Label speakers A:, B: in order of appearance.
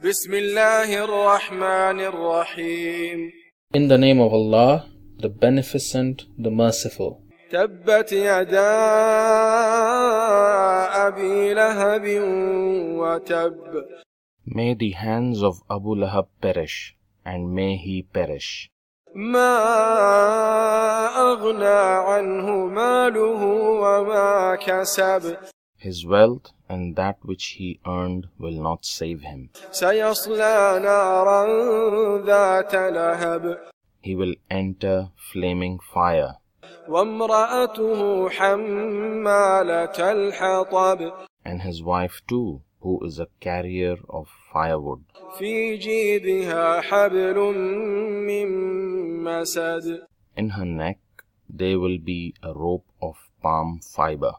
A: بسم الله الرحمن الرحيم
B: In the name of Allah, the Beneficent, the Merciful.
A: تبت يدا أبي لهب وتب
B: May the hands of Abu Lahab perish, and may he perish.
A: ما أغنى عنه ماله وما كسب
B: His wealth and that which he earned will not save him.
A: سيصلى نارا ذات لهب
B: He will enter flaming fire,
A: وامرأته حمالة الحطب
B: and his wife too, who is a carrier of firewood.
A: في جيدها حبل من مسد
B: In her neck there will be a rope of palm fiber.